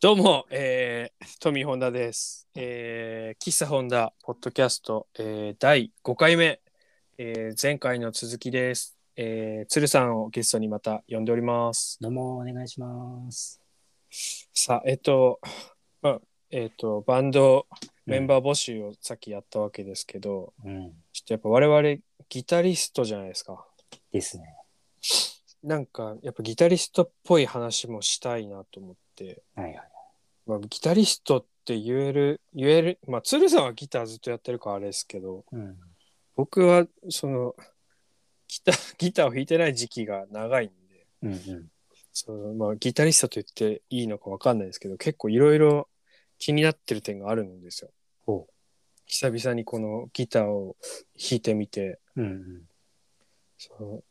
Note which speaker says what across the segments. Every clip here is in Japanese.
Speaker 1: どうも、えー、トミー・ホンダです。えー、喫茶ホンダ、ポッドキャスト、えー、第5回目、えー、前回の続きです。えー、鶴さんをゲストにまた呼んでおります。
Speaker 2: どうもお願いします。
Speaker 1: さあ、えっ、と、まあ、えっ、と、バンドメンバー募集をさっきやったわけですけど、
Speaker 2: うん。
Speaker 1: ちょっとやっぱ我々ギタリストじゃないですか。
Speaker 2: ですね。
Speaker 1: なんかやっぱギタリストっぽい話もしたいなと思って、
Speaker 2: はいはい。
Speaker 1: まあ、ギタリストって言える言えるまあ鶴さんはギターずっとやってるからあれですけど
Speaker 2: うん。
Speaker 1: 僕はそのギター ギターを弾いてない時期が長いんで
Speaker 2: うんうん。
Speaker 1: その、まあ、ギタリストと言っていいのか分かんないですけど結構いろいろ気になってる点があるんですよ。
Speaker 2: ほ
Speaker 1: 久々にこのギターを弾いてみて。
Speaker 2: う。うんうん。
Speaker 1: その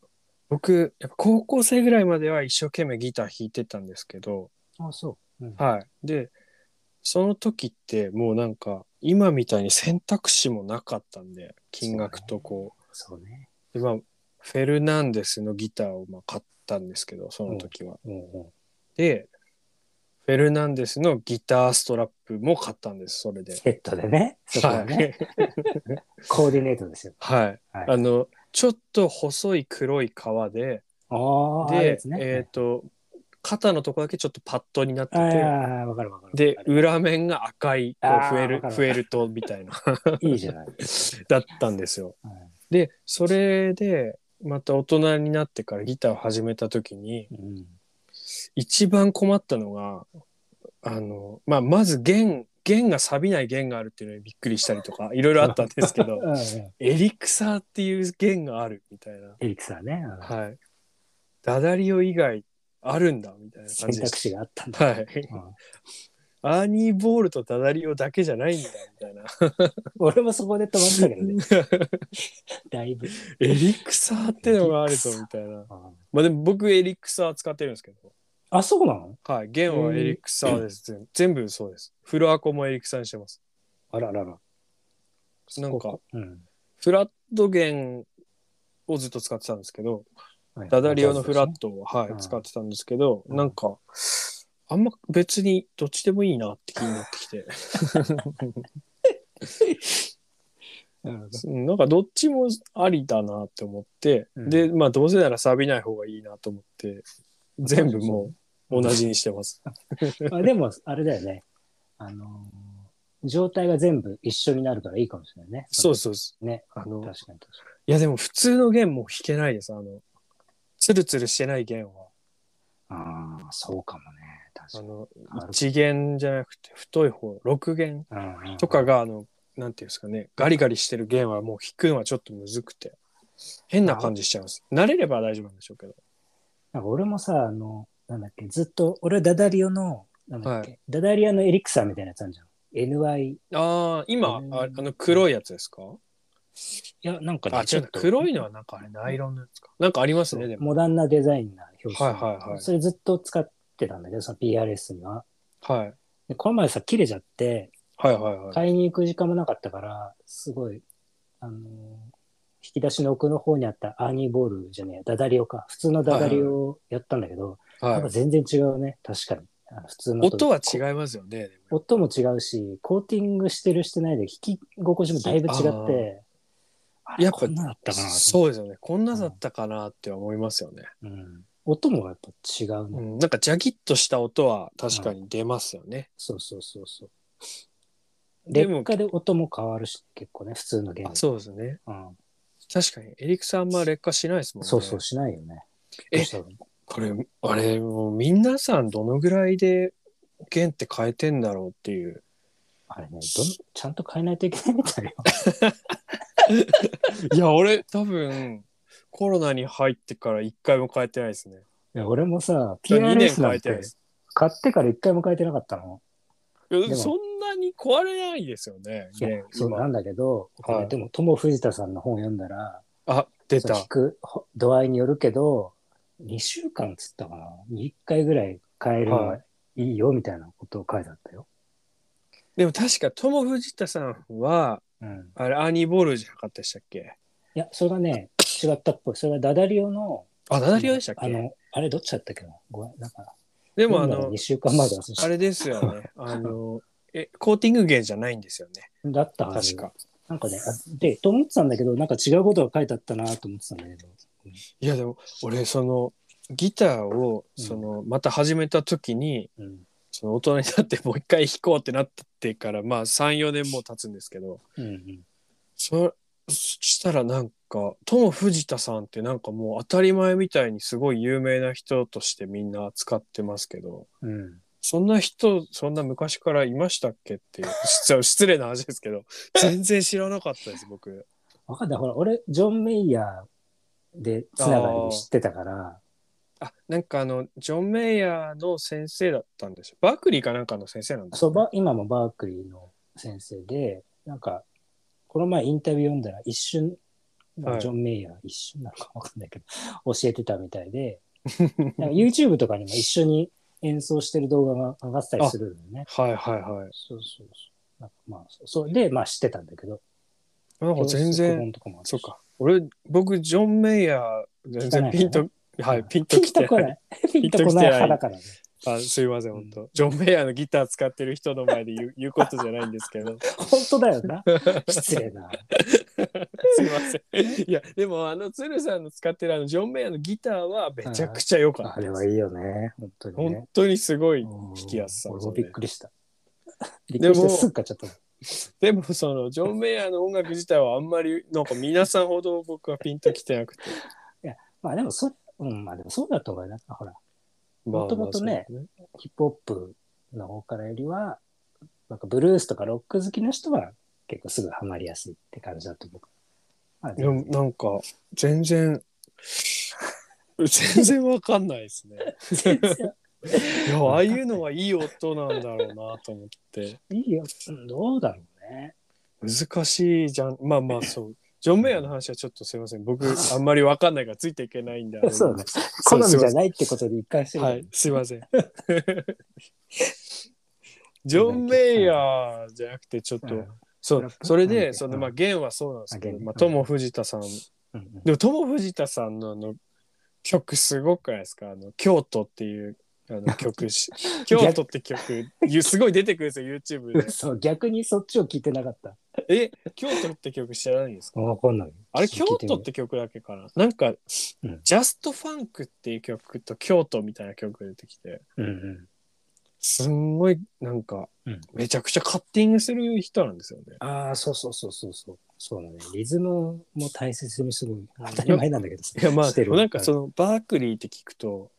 Speaker 1: 僕やっぱ高校生ぐらいまでは一生懸命ギター弾いてたんですけど、
Speaker 2: あ、そう。うん、
Speaker 1: はい、でその時ってもうなんか今みたいに選択肢もなかったんで金額とこ
Speaker 2: そうね。
Speaker 1: うで、まあ、フェルナンデスのギターをまあ買ったんですけどその時は、
Speaker 2: うんうん。
Speaker 1: でフェルナンデスのギターストラップも買ったんですそれで。
Speaker 2: セットでね。そこはね、コーディネートですよ。
Speaker 1: はい、はい、
Speaker 2: はい。
Speaker 1: あのちょっと細い黒い革で、
Speaker 2: ああ、あれ
Speaker 1: で
Speaker 2: です、ね。
Speaker 1: えっ、と、肩のとこだけちょっとパッドになって
Speaker 2: あ
Speaker 1: て、
Speaker 2: あ、わかるわかる。
Speaker 1: で
Speaker 2: わ、かる
Speaker 1: 裏面が赤い、こう、
Speaker 2: あー
Speaker 1: フェル
Speaker 2: わか、る
Speaker 1: フェルトみたいな、
Speaker 2: いいじゃ ない。
Speaker 1: だったんですよ。で、それで、また大人になってからギターを始めた時に、
Speaker 2: うん。
Speaker 1: 一番困ったのが、あの、まあ、まず弦、弦が錆びない弦があるっていうのにびっくりしたりとか、いろいろあったんですけ ど
Speaker 2: う、んうん。
Speaker 1: エリクサーっていう弦があるみたいな。
Speaker 2: エリクサーね。うん
Speaker 1: はい。ダダリオ以外あるんだみたいな
Speaker 2: 選
Speaker 1: 感じで
Speaker 2: 択
Speaker 1: し
Speaker 2: 肢があったんだ。
Speaker 1: た。はい。
Speaker 2: うん
Speaker 1: アーニー・ボールとダダリオだけじゃないんだみたいな。
Speaker 2: 俺もそこで止まったけど ね。だいぶ。
Speaker 1: エリクサーってのがあるぞみたいな。
Speaker 2: うん
Speaker 1: まあでも僕エリクサー使ってるんですけど。
Speaker 2: あ、そうなの
Speaker 1: はい。弦はエリクサーです。全全部そうです。フルアコもエリクサーにしてます。
Speaker 2: あららら。
Speaker 1: なんか、
Speaker 2: うん。
Speaker 1: フラット弦をずっと使ってたんですけど、
Speaker 2: はい
Speaker 1: ダダリオのフラットを、は
Speaker 2: うん
Speaker 1: い、使ってたんですけど、
Speaker 2: うん
Speaker 1: なんか、あんま別にどっちでもいいなって気になってきて。
Speaker 2: なるほど
Speaker 1: うんなんかどっちもありだなって思って、
Speaker 2: うん
Speaker 1: で、まあどうせなら錆びない方がいいなと思って、全部もう同じにして ます。
Speaker 2: あでも、あれだよね。あのー状態が全部一緒になるからいいかもしれないね。
Speaker 1: そう
Speaker 2: す
Speaker 1: そうです。
Speaker 2: ね。
Speaker 1: あの
Speaker 2: 確かに確か
Speaker 1: いやでも普通の弦も弾けないです。あの、ツルツルしてない弦は。
Speaker 2: に。ああ、そうかもね。
Speaker 1: あ
Speaker 2: 確
Speaker 1: の、
Speaker 2: かに。
Speaker 1: 1弦じゃなくて太い方、6弦
Speaker 2: うんうん
Speaker 1: とかが、あの、なんていうんですかね、ガリガリしてる弦はもう弾くのはちょっとむずくて、変な感じしちゃいます。慣れれば大丈夫なんでしょうけど。
Speaker 2: なんか俺もさ、あの、なんだっけ、ずっと、俺はダダリオの、なんだっけ、
Speaker 1: は
Speaker 2: ダダリアのエリクサーみたいなやつあるじゃん。NY。い
Speaker 1: ああ、今、ああの黒いやつですか
Speaker 2: や、なんかね
Speaker 1: あ、違う、黒いのはなんかあれ、ナイロンのやつか。なんかありますね、でも。
Speaker 2: モダンなデザインな表紙。
Speaker 1: はいはいはい
Speaker 2: それずっと使ってたんだけど、その PRS には。
Speaker 1: はい。
Speaker 2: で、この前さ、切れちゃって、
Speaker 1: はいはいはい。
Speaker 2: 買いに行く時間もなかったから、すごい、あのー引き出しの奥の方にあったアーニーボールじゃねえ、ダダリオか。普通のダダリオをやったんだけど、
Speaker 1: は
Speaker 2: なんか
Speaker 1: い、
Speaker 2: 全然違うね、確かに。あの普通の
Speaker 1: 音
Speaker 2: と
Speaker 1: は違いますよね。でも
Speaker 2: 音も違うし、コーティングしてるしてないで、弾き心地もだいぶ違って、あれ
Speaker 1: やっぱ
Speaker 2: こんなだったかなと
Speaker 1: そうですよね。こんなだったかなって思いますよね。
Speaker 2: うん音もやっぱ違う
Speaker 1: う
Speaker 2: ね。
Speaker 1: ん、なんかジャキッとした音は確かに出ますよね。
Speaker 2: そうそうそうそう。
Speaker 1: で
Speaker 2: 劣
Speaker 1: も、
Speaker 2: 化で音も変わるし、結構ね、普通のゲー
Speaker 1: あ
Speaker 2: ム。
Speaker 1: そうですね。
Speaker 2: うん
Speaker 1: 確かに、エリクさんあんま劣化しないですもんね。
Speaker 2: そうそう、しないよね。
Speaker 1: え
Speaker 2: どうしたの
Speaker 1: これ、あれ、もう皆さんどのぐらいで弦って変えてんだろうっていう。
Speaker 2: あれね、どんちゃんと変えないといけないみたい よ。
Speaker 1: いや、俺、多分、コロナに入ってから一回も変えてないですね。
Speaker 2: いや俺もさ、
Speaker 1: 2年
Speaker 2: PRS
Speaker 1: 変
Speaker 2: な
Speaker 1: え
Speaker 2: ん
Speaker 1: てない
Speaker 2: て
Speaker 1: です。
Speaker 2: 買ってから一回も変えてなかったの。
Speaker 1: いやでも
Speaker 2: でも
Speaker 1: そんなに壊れないですよね。ね
Speaker 2: そう
Speaker 1: 今
Speaker 2: なんだけど、
Speaker 1: はい
Speaker 2: 俺でも、友藤田さんの本読んだら、
Speaker 1: あ、出
Speaker 2: その
Speaker 1: た
Speaker 2: 聞。くほ度合いによるけど、2週間っつったかな。1回ぐらい変えるの
Speaker 1: は
Speaker 2: がいいよみたいなことを書いてあったよ。
Speaker 1: でも確か、友藤田さんは、
Speaker 2: うん。
Speaker 1: あれ、アニーボールじゃなかったでしたっけ
Speaker 2: いや、それがね、違ったっぽい。それがダダリオの、
Speaker 1: あ、ダダリオでしたっけ
Speaker 2: あの、あれどっちだったっけなごめん、なんか、
Speaker 1: で
Speaker 2: で
Speaker 1: もあの
Speaker 2: 2、週間前だ
Speaker 1: あれですよね。あの、え、コーティング芸じゃないんですよね。
Speaker 2: だったはず
Speaker 1: 確か。。
Speaker 2: なんかね、あで、と思ってたんだけど、なんか違うことが書いてあったなと思ってたんだけど。
Speaker 1: いや、でも、俺、その、ギターを、
Speaker 2: うん
Speaker 1: その、また始めた時に、
Speaker 2: うん。
Speaker 1: その、大人になってもう一回弾こうってなってから、まあ、3、4年もう経つんですけど、
Speaker 2: うんうん。
Speaker 1: そそしたらなんか、トム・藤田さんってなんかもう当たり前みたいにすごい有名な人としてみんな扱ってますけど、
Speaker 2: うん。
Speaker 1: そんな人、そんな昔からいましたっけっていう、 失失礼な話ですけど、全然知らなかったです、僕。
Speaker 2: わかんない。ほら、俺、ジョン・メイヤーでつながりで知ってたから、
Speaker 1: あ、なんかあの、ジョン・メイヤーの先生だったんですよ。バークリーかなんかの先生なんです
Speaker 2: そ
Speaker 1: よね
Speaker 2: ば、今もバークリーの先生で、なんか、この前インタビュー読んだら一瞬、
Speaker 1: は
Speaker 2: なんか
Speaker 1: い
Speaker 2: ジョン・メイヤー一瞬なのかわかんないけど、教えてたみたいで、なんか YouTube とかにも一緒に演奏してる動画が上がってたりするのよね。
Speaker 1: はいはいはい。
Speaker 2: そうそうそう。なんかまあ、そそれで、まあ知ってたんだけど。
Speaker 1: なんか全
Speaker 2: 教室
Speaker 1: 然、
Speaker 2: 本とかもあるし
Speaker 1: そうか。俺、僕、ジョン・メイヤー、全然ピンと、はい、ピンと
Speaker 2: ピン
Speaker 1: き
Speaker 2: と
Speaker 1: て
Speaker 2: こ
Speaker 1: ない
Speaker 2: ない。ピンとこない派だからね。
Speaker 1: あすいません、
Speaker 2: うん
Speaker 1: 本当。ジョン・メイヤーのギター使ってる人の前で言う 言うことじゃないんですけど。
Speaker 2: 本当だよな。 失礼な。
Speaker 1: すいませ ん。いや、でも、あの、鶴さんの使ってるあの、ジョン・メイヤーのギターはめちゃくちゃ良かった
Speaker 2: あ
Speaker 1: で
Speaker 2: れ
Speaker 1: す。
Speaker 2: はいいよね。本当にね
Speaker 1: 本。当にすごい。
Speaker 2: 弾
Speaker 1: きやすさ
Speaker 2: 俺
Speaker 1: そ
Speaker 2: も
Speaker 1: れ
Speaker 2: びっくりした。びっくりしてすぐ買っちゃったもん。
Speaker 1: でも、その、ジョン・メイヤーの音楽自体はあんまり、なんか皆さんほど僕はピンときてなくて。
Speaker 2: まあでもそれ、うん、まあでもそうだと思うよ。なんかほら、
Speaker 1: まあまあ
Speaker 2: もともとね
Speaker 1: そうです
Speaker 2: ヒップホップの方からよりは、なんかブルースとかロック好きな人は結構すぐハマりやすいって感じだと思う。まあ
Speaker 1: い
Speaker 2: で
Speaker 1: や、
Speaker 2: も
Speaker 1: なんか、全然、全然わかんないですね。
Speaker 2: 全然
Speaker 1: いや、ああいうのはいい音なんだろうなと思って。
Speaker 2: いいよ。うんどうだろうね。
Speaker 1: 難しいじゃん。まあまあ、そう。ジョン・メイヤーの話はちょっとすいません。僕、あんまりわかんないからついていけないんで。あの
Speaker 2: そうね。好
Speaker 1: そう
Speaker 2: み
Speaker 1: すい
Speaker 2: じ
Speaker 1: ま
Speaker 2: ゃ
Speaker 1: せん
Speaker 2: ないってことで一貫してる、
Speaker 1: はい、すいません。ジョン・メイヤーじゃなくて、ちょっと、
Speaker 2: うん
Speaker 1: そ
Speaker 2: ラ
Speaker 1: う
Speaker 2: ッ、プ
Speaker 1: それ
Speaker 2: う
Speaker 1: で、
Speaker 2: ん
Speaker 1: その、まあ、ゲンはそうなんですけ
Speaker 2: あ
Speaker 1: ど、
Speaker 2: ゲン
Speaker 1: まあ、トモ・藤田さん。
Speaker 2: うんうん
Speaker 1: でも、トモ・藤田さんのあの曲、すごくないですかあの、京都っていう、あの曲 し、京都って曲、ゆすごい出てくるんですよ、YouTube で。
Speaker 2: そう、逆にそっちを聞いてなかった。
Speaker 1: え、京都って曲知らないんですか
Speaker 2: わかんない。
Speaker 1: あれ京都って曲だっけかななんか、
Speaker 2: うん
Speaker 1: ジャストファンクっていう曲と京都みたいな曲が出てきて、
Speaker 2: うんうん。
Speaker 1: すんごいなんか、
Speaker 2: うん
Speaker 1: めちゃくちゃカッティングする人なんですよね。
Speaker 2: ああ、そうそうそうそうそう。そうだね。リズムも大切にすごい。当たり前なんだけど。
Speaker 1: いやまあ、
Speaker 2: して
Speaker 1: で
Speaker 2: る
Speaker 1: もなんかそのバークリーって聞くと、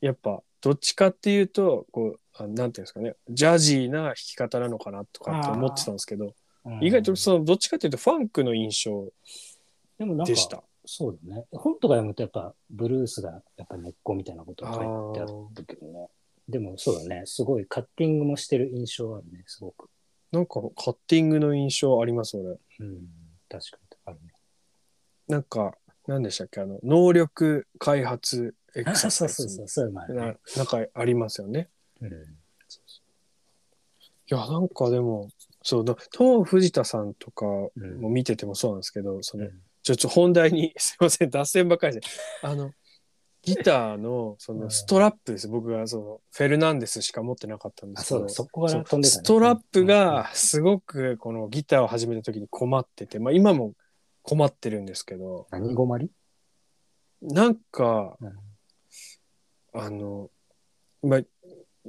Speaker 1: やっぱどっちかっていうと、こう、あなんていうんですかね、ジャジーな弾き方なのかなとかって思ってたんですけど、
Speaker 2: うん
Speaker 1: 意外とそのどっちかっていうとファンクの印象
Speaker 2: でもなんか
Speaker 1: でした。
Speaker 2: そうだね。本とか読むとやっぱブルースがやっぱ根っこみたいなことが書いてあったけどね。でもそうだね。すごいカッティングもしてる印象はあるね。すごく。
Speaker 1: なんかカッティングの印象あります、俺。
Speaker 2: うん。確かに。あるね。
Speaker 1: なんか、何でしたっけ、あの、能力開発エ
Speaker 2: あ
Speaker 1: ク
Speaker 2: そ
Speaker 1: サ
Speaker 2: うそ
Speaker 1: サ
Speaker 2: う
Speaker 1: イズ
Speaker 2: そうそう。そういうのもあるね
Speaker 1: ななんかありますよね。
Speaker 2: うん。
Speaker 1: いや、なんかでも、そうだ、トム・藤田さんとかも
Speaker 2: うん
Speaker 1: 見ててもそうなんですけど、その
Speaker 2: うん、
Speaker 1: ちょっと本題に、すいません、脱線ばっかりで、あの、ギターの、そうの、
Speaker 2: ん
Speaker 1: ストラップです。僕が、その、フェルナンデスしか持ってなかったんで
Speaker 2: あ、
Speaker 1: すけ
Speaker 2: そう
Speaker 1: ど
Speaker 2: だ。。そこから飛んでた、
Speaker 1: ストラップが、すごく、この、ギターを始めた時に困ってて、まあ、今も困ってるんですけど、
Speaker 2: うん。何困り
Speaker 1: なんか、
Speaker 2: うん
Speaker 1: あの、まあ、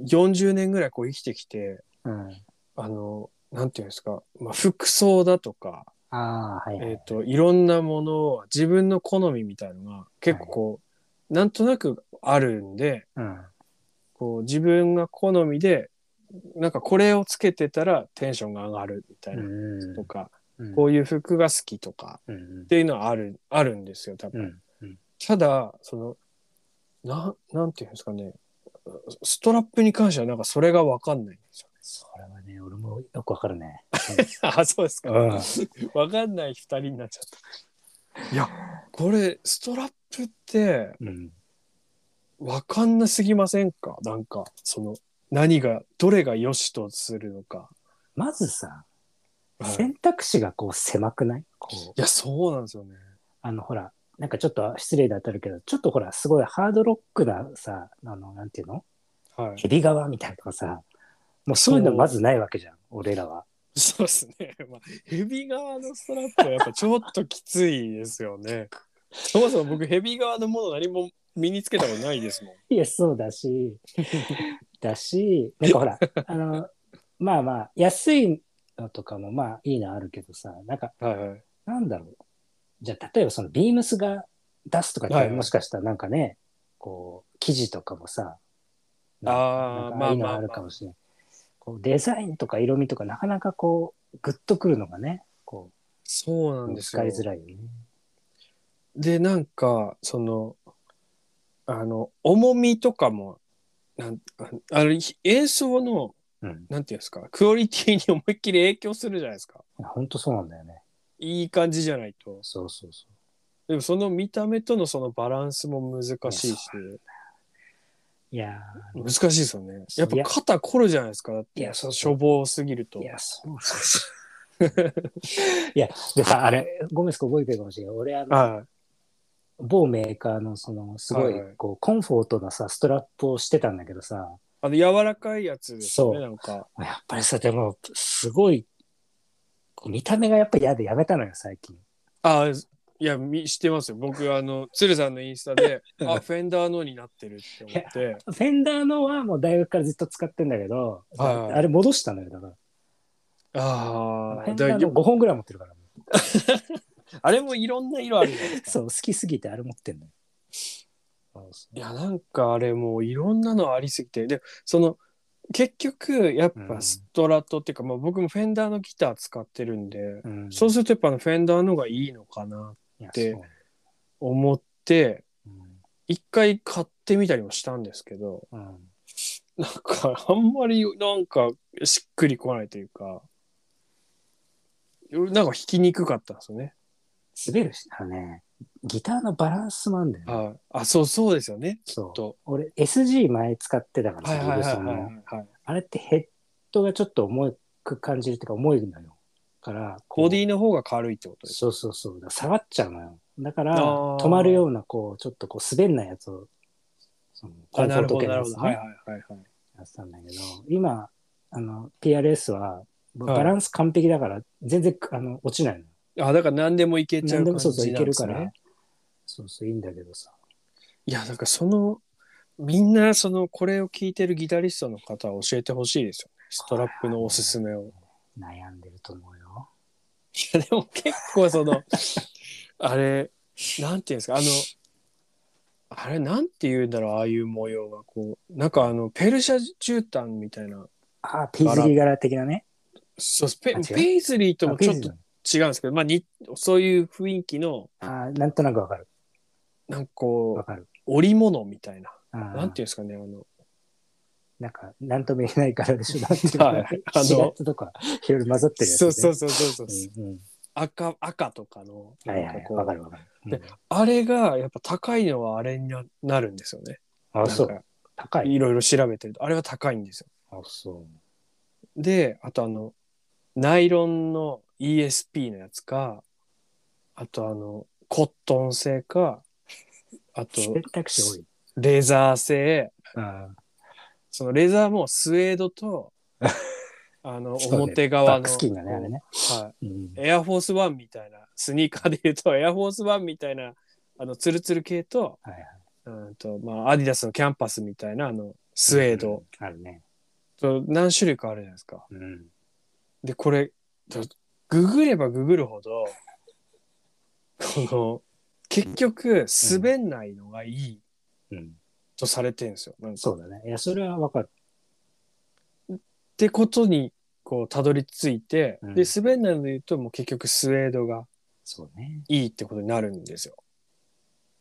Speaker 1: 40年ぐらいこう生きてきて、
Speaker 2: うん。
Speaker 1: あの、なんていうんですか、まあ、服装だとか、
Speaker 2: ああ、はい、はい。
Speaker 1: えっ、と、いろんなものを、自分の好みみたいのが、結構こう、なんとなくあるんで、
Speaker 2: うん。
Speaker 1: こう、自分が好みで、なんかこれをつけてたらテンションが上がるみたいな
Speaker 2: うん
Speaker 1: とか、
Speaker 2: うん
Speaker 1: こういう服が好きとか
Speaker 2: うん
Speaker 1: っていうのはある、あるんですよ、多
Speaker 2: う
Speaker 1: 分。
Speaker 2: んうん
Speaker 1: ただそのななんていうんですかねストラップに関してはなんかそれが分かんないんですよ。
Speaker 2: それはね、俺もよくわかるね。
Speaker 1: あそうですか。
Speaker 2: うん
Speaker 1: 分かんない二人になっちゃった。いやこれストラップって
Speaker 2: うん。
Speaker 1: 分かんなすぎませんかなんかその何がどれが良しとするのか。
Speaker 2: まずさ、
Speaker 1: はい、い
Speaker 2: 選択肢がこう狭くないこう、
Speaker 1: やそうなんですよね。
Speaker 2: あの、ほら、なんかちょっと失礼で当たるけど、ちょっとほら、すごいハードロックなさ、あの、なんていうの
Speaker 1: はい
Speaker 2: ヘビ側みたいなとかさ、もうそういうのまずないわけじゃん、俺らは。
Speaker 1: そうですね。 まあ、ヘビ側のストラップはやっぱちょっときついですよね。そもそも僕ヘビ側のもの何も身につけたことないですもん。
Speaker 2: いや、そう だし、だし、なんかほら、あの、まあまあ、安いのとかもまあいいのあるけどさ、なんか、
Speaker 1: はいはい。
Speaker 2: なんだろう。じゃあ、例えばそのビームスが出すとかって、
Speaker 1: はいはい
Speaker 2: もしかしたらなんかね、こう、記事とかもさ、
Speaker 1: あー
Speaker 2: なんかいい
Speaker 1: まあまあま
Speaker 2: の
Speaker 1: あ
Speaker 2: あるかもしれない。こうデザインとか色味とか、なかなかこう、グッとくるのがね、こ
Speaker 1: そうなん
Speaker 2: う、
Speaker 1: ですよ
Speaker 2: 使い。づらいよね。
Speaker 1: で、なんか、その、あの、重みとかも、なんあの演奏の、
Speaker 2: うん。
Speaker 1: なんていうんですか、クオリティに思いっきり影響するじゃないですか。
Speaker 2: 本当そうなんだよね。
Speaker 1: いい感じじゃないと。
Speaker 2: そうそうそう。
Speaker 1: でもその見た目とのそのバランスも難しいし、
Speaker 2: いやー
Speaker 1: 難しいですよね。やっ
Speaker 2: い
Speaker 1: ぱ
Speaker 2: や
Speaker 1: 肩凝るじゃないですか。だって
Speaker 2: いやそう
Speaker 1: しょぼすぎると。
Speaker 2: いや、そうそうそう。 いや、でさ、あれ、ゴメスコ覚えてるかもしれない。俺、あの、
Speaker 1: は
Speaker 2: 某メーカーの、その、すごい
Speaker 1: はいはい、
Speaker 2: こう、コンフォートなさ、ストラップをしてたんだけどさ、
Speaker 1: い。あの柔らかいやつです
Speaker 2: そう
Speaker 1: ね、なんか。
Speaker 2: やっぱりさ、でも、すごい、こう見た目がやっぱり嫌でやめたのよ、最近。
Speaker 1: あいや、み知ってますよ。僕、あの、鶴さんのインスタで、
Speaker 2: うん
Speaker 1: あ、フェンダーのになってるって思って。
Speaker 2: フェンダーのはもう大学からずっと使ってんだけど、
Speaker 1: はいはい
Speaker 2: あれ戻したのよ、だから。
Speaker 1: あ
Speaker 2: フェ
Speaker 1: あ、
Speaker 2: ンダ
Speaker 1: だ
Speaker 2: ーの
Speaker 1: よ
Speaker 2: 5本ぐらい持ってるから。
Speaker 1: あれもいろんな色あるじゃないですか。
Speaker 2: そう、好きすぎてあれ持ってんのよ。
Speaker 1: いや、なんかあれもういろんなのありすぎて。で、その、結局、やっ
Speaker 2: う
Speaker 1: ぱ
Speaker 2: ん
Speaker 1: ストラトっていうか、まあ僕もフェンダーのギター使ってるんで、
Speaker 2: うん
Speaker 1: そうするとやっぱあのフェンダーの方がいいのかなと
Speaker 2: いや
Speaker 1: て
Speaker 2: そう
Speaker 1: 思って、
Speaker 2: うん
Speaker 1: 一回買ってみたりもしたんですけど、
Speaker 2: うん
Speaker 1: なんかあんまりなんかしっくりこないというか、なんか弾きにくかったんですよね。
Speaker 2: 滑るし、あのね、ギターのバランスもあんだよね。
Speaker 1: はい。あ、そうそうですよね。
Speaker 2: そう
Speaker 1: と。
Speaker 2: 俺 SG 前使ってたから
Speaker 1: はい
Speaker 2: さ、
Speaker 1: はいはい
Speaker 2: ギブ
Speaker 1: は
Speaker 2: ソ
Speaker 1: い
Speaker 2: ンの。
Speaker 1: はい。
Speaker 2: あれってヘッドがちょっと重く感じるっていうか重いのよ。から、こう
Speaker 1: ボディの方が軽いってことです。
Speaker 2: そうそうそう。だから下がっちゃうのよ。だから、
Speaker 1: あー
Speaker 2: 止まるような、こう、ちょっとこう滑んないやつを、そのコ
Speaker 1: あ、
Speaker 2: ンフ
Speaker 1: な
Speaker 2: ォ
Speaker 1: る
Speaker 2: ート
Speaker 1: ほど、
Speaker 2: 系の
Speaker 1: な
Speaker 2: や
Speaker 1: る
Speaker 2: つ
Speaker 1: ほ
Speaker 2: ね
Speaker 1: ど。はいはいはいはい。
Speaker 2: やってたんだけど、今、あの、PRS は、
Speaker 1: い
Speaker 2: バランス完璧だから、全然、あの、落ちないの。
Speaker 1: あ、だから何でもいけちゃ
Speaker 2: 何
Speaker 1: う
Speaker 2: で
Speaker 1: 感
Speaker 2: も
Speaker 1: じ
Speaker 2: そう
Speaker 1: なんです、
Speaker 2: そう
Speaker 1: ね、
Speaker 2: いけるから、そうそう、いいんだけどさ。
Speaker 1: いや、なんかその、みんなその、これを聞いてるギタリストの方は教えてほしいですよね。ストラップのおすすめを。
Speaker 2: 悩んでると思うよ。
Speaker 1: いや、でも結構その、あれ、なんていうんですか、あの、あれ、なんて言うんだろう、ああいう模様が、こう、なんかあの、ペルシャ絨毯みたいな、
Speaker 2: ああ、ピーズリー柄的なね。
Speaker 1: そうペ
Speaker 2: あ違う
Speaker 1: ペイズリーとも
Speaker 2: あピ
Speaker 1: ち
Speaker 2: ー
Speaker 1: ょっ
Speaker 2: ズリー
Speaker 1: と違うんですけど、まあに、そういう雰囲気の、
Speaker 2: ああ、なんとなくわかる。
Speaker 1: なんか
Speaker 2: わ
Speaker 1: こう、
Speaker 2: かる。
Speaker 1: 織物みたいな、
Speaker 2: あ
Speaker 1: なん
Speaker 2: ー
Speaker 1: ていうんですかね、あの、
Speaker 2: なんか、なんとも言えないからでしょ。なんてい う
Speaker 1: は
Speaker 2: の
Speaker 1: いあの
Speaker 2: 4月とか、いろいろ混ざってるやつ、
Speaker 1: そ
Speaker 2: ね。
Speaker 1: うそうそうそうそう、
Speaker 2: うんうん
Speaker 1: 赤赤とかの
Speaker 2: はい
Speaker 1: な
Speaker 2: は
Speaker 1: んか
Speaker 2: い、
Speaker 1: こう
Speaker 2: わかるわかる。
Speaker 1: であれがやっぱ高いのはあれにななるんですよね
Speaker 2: うんあ、そ
Speaker 1: なん
Speaker 2: う。
Speaker 1: か
Speaker 2: 高い。
Speaker 1: いろいろ調べてるとあれは高いんですよ
Speaker 2: あ、そ
Speaker 1: であとあのナイロンの ESP のやつかあとあのコットン製かあ
Speaker 2: う。
Speaker 1: と
Speaker 2: 選択肢多い。
Speaker 1: レザー製
Speaker 2: あ
Speaker 1: そのレザーもスウェード とあの
Speaker 2: そうね
Speaker 1: 表
Speaker 2: あ。
Speaker 1: 側
Speaker 2: バ
Speaker 1: の、
Speaker 2: ックスキンがね、あれね。
Speaker 1: はい、
Speaker 2: うん
Speaker 1: エアフォースワンみたいな、スニーカーで言うと、 エアフォースワンみたいな、あの、ツルツル系と、
Speaker 2: はいはい
Speaker 1: うんと、まあ、アディダスのキャンパスみたいな、あの、スウェード。
Speaker 2: あるね。
Speaker 1: と、何種類かあるじゃないですか。
Speaker 2: うん。
Speaker 1: で、これ、とググればググるほど、 この、結局、滑んないのがいい
Speaker 2: うん。
Speaker 1: とされてるんですよ。なんか
Speaker 2: そうだね。いや、それはわかる。
Speaker 1: ってことに、こう、たどり着いて、
Speaker 2: うん
Speaker 1: で、滑んないので言うと、もう結局、スウェードが
Speaker 2: そうね。
Speaker 1: いいってことになるんですよ。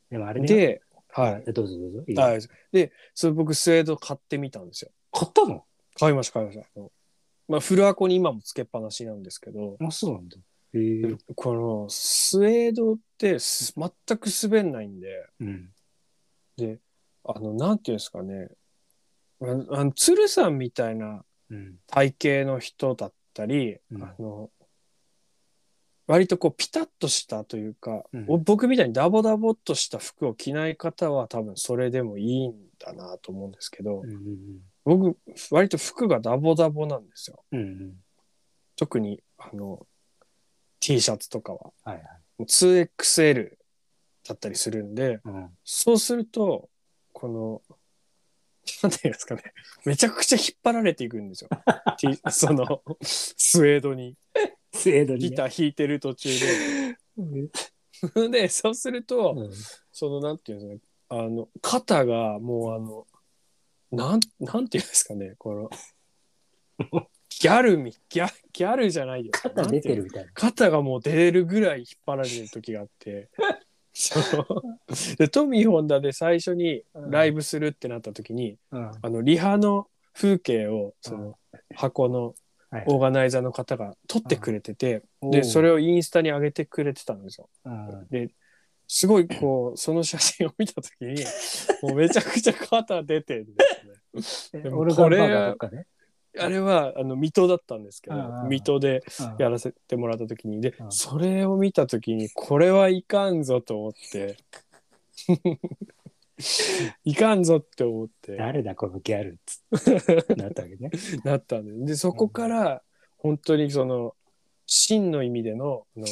Speaker 2: でもあれね。、
Speaker 1: で、はい。
Speaker 2: どうぞどうぞ。いいよ
Speaker 1: はい。で、それ僕、スウェード買ってみたんですよ。
Speaker 2: 買ったの
Speaker 1: 買いました、買いました。あのまあ、フルアコに今もつけっぱなしなんですけど、
Speaker 2: あ、そうなんだ。へえ。
Speaker 1: この、スウェードってす全く滑んないんで、
Speaker 2: うん。
Speaker 1: で、あの、なんていうんですかね、ああの鶴さんみたいな
Speaker 2: うん。
Speaker 1: 体型の人だったり、
Speaker 2: うん
Speaker 1: あの、割とこうピタッとしたというか、
Speaker 2: うん
Speaker 1: お僕みたいにダボダボっとした服を着ない方は多分それでもいいんだなと思うんですけど
Speaker 2: うんうん
Speaker 1: 僕割と服がダボダボなんですよ
Speaker 2: うん。うんうん。
Speaker 1: 特にあの T シャツとかはも
Speaker 2: はいはいう
Speaker 1: 2XL だったりするんで
Speaker 2: うん。
Speaker 1: そうするとこのなんていうんですかね めちゃくちゃ引っ張られていくんです よ T- そのスウェードに
Speaker 2: スウェードにね。
Speaker 1: ギター弾いてる途中
Speaker 2: うん
Speaker 1: で でそうすると、
Speaker 2: うん
Speaker 1: そのなんていうんですかねあの肩がもうあのなんなんていうんですかねこのギャルみギャギャルじゃないよ
Speaker 2: 肩出てるみたいな。
Speaker 1: 肩がもう出るぐらい引っ張られてる時があってそのでトミー・ホンダで最初にライブするってなった時に、
Speaker 2: うん。
Speaker 1: あのリハの風景をそうの箱の
Speaker 2: はい
Speaker 1: オーガナイザーの方が撮ってくれてて、
Speaker 2: お
Speaker 1: で
Speaker 2: う
Speaker 1: それをインスタに上げてくれてたんですよ。
Speaker 2: うん
Speaker 1: ですごいこうその写真を見た時 にもうめちゃくちゃ肩出てるんで
Speaker 2: え
Speaker 1: でも
Speaker 2: オルガンバーガーとかね。
Speaker 1: すね あれはあの水戸だったんですけど
Speaker 2: うんうんうん
Speaker 1: 水戸で
Speaker 2: うん
Speaker 1: やらせてもらった時にで
Speaker 2: うん
Speaker 1: それを見た時にこれはいかんぞと思って いかんぞって思って
Speaker 2: 誰だこのギャルっつっ てなったわけね。
Speaker 1: なったんででそこから本当にその真の意味でのあの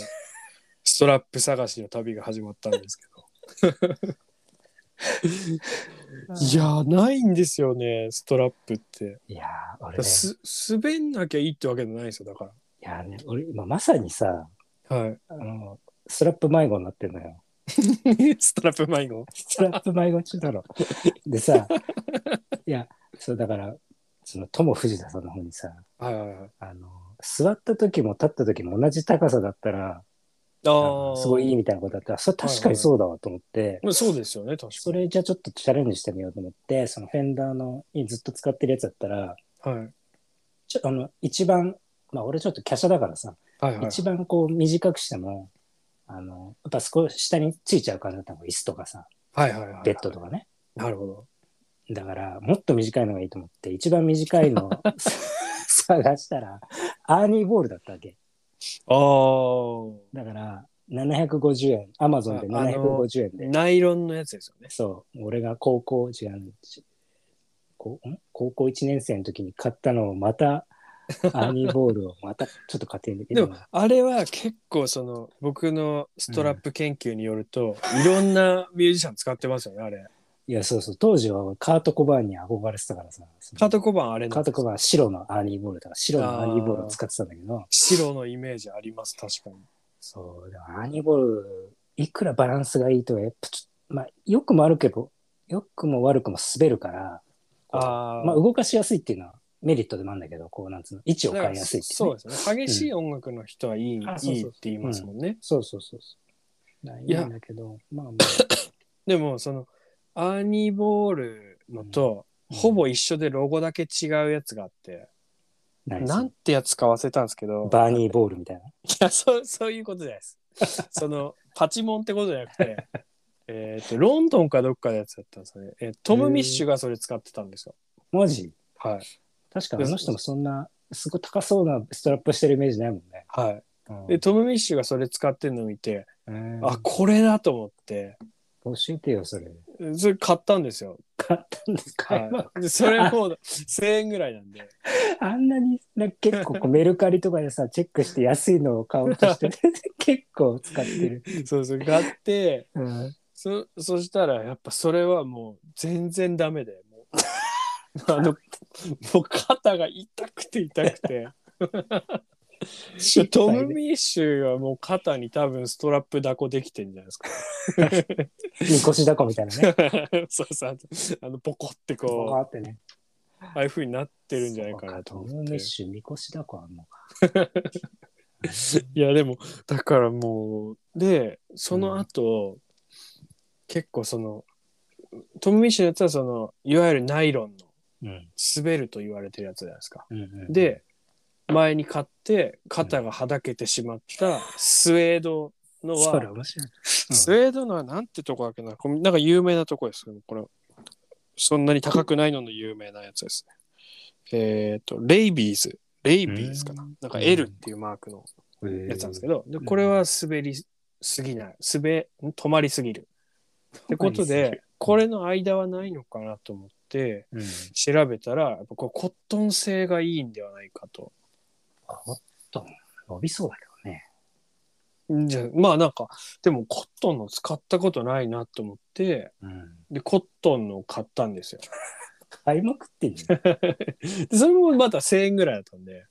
Speaker 1: ストラップ探しの旅が始まったんですけど。 いやーないんですよねストラップって。
Speaker 2: いやー俺ね、
Speaker 1: す滑んなきゃいいってわけじゃないですよだか
Speaker 2: いやーね、俺今まさにさ、
Speaker 1: ら。 はい。
Speaker 2: あの、スラップ迷子になってんのよ。
Speaker 1: ストラップ迷子。
Speaker 2: ストラップ迷子中 だろ。でさ、いや、そうだから、その、友藤田さんの方にさ、
Speaker 1: はいはいはい。
Speaker 2: あの、座った時も立った時も同じ高さだったら、あ
Speaker 1: あ
Speaker 2: の
Speaker 1: あ。
Speaker 2: すごいいいみたいなことだったら、それ確かにそうだわと思って、
Speaker 1: まあそうですよね確かに。
Speaker 2: それじゃちょっとチャレンジしてみようと思って、そのフェンダーのにずっと使ってるやつだったら、
Speaker 1: はい
Speaker 2: ちょあの一番、まあ俺ちょっと華奢だからさ、
Speaker 1: はいはい。
Speaker 2: 一番こう短くしても、あの、やっぱ少し下についちゃう感じだったの、椅子とかさ、
Speaker 1: はいはいはい。
Speaker 2: ベッドとかね。
Speaker 1: なるほど。
Speaker 2: だから、もっと短いのがいいと思って、一番短いのを 探したら、アーニーボールだったわけ。
Speaker 1: あ
Speaker 2: だから、750円、アマゾンで
Speaker 1: ああの
Speaker 2: 750円で
Speaker 1: あ。。ナイロンのやつですよね。
Speaker 2: そう、俺が高校、違う、ちこん高校1年生の時に買ったのを また、アーニーボールをまたちょっと買ってみて。
Speaker 1: でもあれは結構その僕のストラップ研究によると、いろんなミュージシャン使ってますよねあれ。
Speaker 2: いや、そうそう、当時はカート・コバーンに憧れてたからさ。
Speaker 1: カートコバンあれ
Speaker 2: カ
Speaker 1: の
Speaker 2: ートコバーンは白のアーニーボールだから、白のアーニーボールを使ってたんだけど、
Speaker 1: 白のイメージあります確かに。
Speaker 2: そう、でもアーニーボール、いくらバランスがいいとは、やっぱちょまあ、良くも悪くも、良くも悪くも滑るから、こう
Speaker 1: あー
Speaker 2: まあ、動かしやすいっていうのはメリットでもあるんだけど、こう、なんつうの、位置を変えやすいってい
Speaker 1: そう
Speaker 2: ね、
Speaker 1: うですね。激しい音楽の人はいい、
Speaker 2: んあ
Speaker 1: い
Speaker 2: そうそ
Speaker 1: い
Speaker 2: う
Speaker 1: って言いますもんね。
Speaker 2: そうそうそうそう。ない
Speaker 1: いや
Speaker 2: んだけど、まあまあ。
Speaker 1: でもそのアーニーボールのと、ほぼ一緒でロゴだけ違うやつがあって、
Speaker 2: 何
Speaker 1: なんてやつか忘れたんですけど、
Speaker 2: バーニーボールみたいな。
Speaker 1: いや そうそういうことじゃない です。そのパチモンってことじゃなくて。 えーとロンドンかどっかのやつだったんですよね、えートム・ミッシュがそれ使ってたんですよ。
Speaker 2: マジ
Speaker 1: はい。
Speaker 2: 確かあの人もそんな、すごい高そうなストラップしてるイメージないもんね。
Speaker 1: は
Speaker 2: うん
Speaker 1: い、でトム・ミッシュがそれ使ってるのを見て、
Speaker 2: うん
Speaker 1: あこれだと思って
Speaker 2: 教えてよ、それ。
Speaker 1: それ買ったんですよ。
Speaker 2: 買ったんですか、
Speaker 1: はい、でそれもう1000円ぐらいなんで。
Speaker 2: あんなになんか結構こうメルカリとかでさ、チェックして安いのを買おうとして、結構使ってる。
Speaker 1: そうそう買って
Speaker 2: うん、
Speaker 1: そそしたらやっぱそれはもう全然ダメでも うあのもう肩が痛くて痛く てトム・ミッシュはもう肩に多分ストラップだこできてんじゃないですか
Speaker 2: みこしだこみたいな ね。
Speaker 1: そうそうあのポコって
Speaker 2: こう
Speaker 1: こ
Speaker 2: ってね。
Speaker 1: うああいう風になってるんじゃないかなと
Speaker 2: そうか
Speaker 1: 思
Speaker 2: トム
Speaker 1: っ
Speaker 2: ミッ
Speaker 1: て
Speaker 2: シュ、みこしだこあんのか。
Speaker 1: いやでもだからもうでその後、結構そのトム・ミッシュのやつはそのいわゆるナイロンの
Speaker 2: うん。
Speaker 1: 滑ると言われてるやつじゃないですか。
Speaker 2: うんうん、
Speaker 1: で前に買って肩がはだけてしまったスウェードの
Speaker 2: それ
Speaker 1: は、
Speaker 2: 面白い。
Speaker 1: スウェードのはなんてとこだっけなこれなんか有名なとこですけどこれそんなに高くないのの有名なやつですね。えっ、とレイビーズレイビーズかな
Speaker 2: うん
Speaker 1: なんか L っていうマークの
Speaker 2: うん
Speaker 1: やつなんですけ
Speaker 2: ど。
Speaker 1: ど、でこれは滑りすぎない滑止まりすぎるってことでこれの間はないのかなと思って
Speaker 2: うん。
Speaker 1: 調べたらやっぱこうコットン製がいいんではないかと。
Speaker 2: コットン、伸びそうだけどね。
Speaker 1: じゃまあなんかでもコットンの使ったことないなと思って
Speaker 2: うん。
Speaker 1: でコットンのを買ったんですよ。
Speaker 2: 買いまくってんじゃん。
Speaker 1: でそれもまた1000円ぐらいだったんで、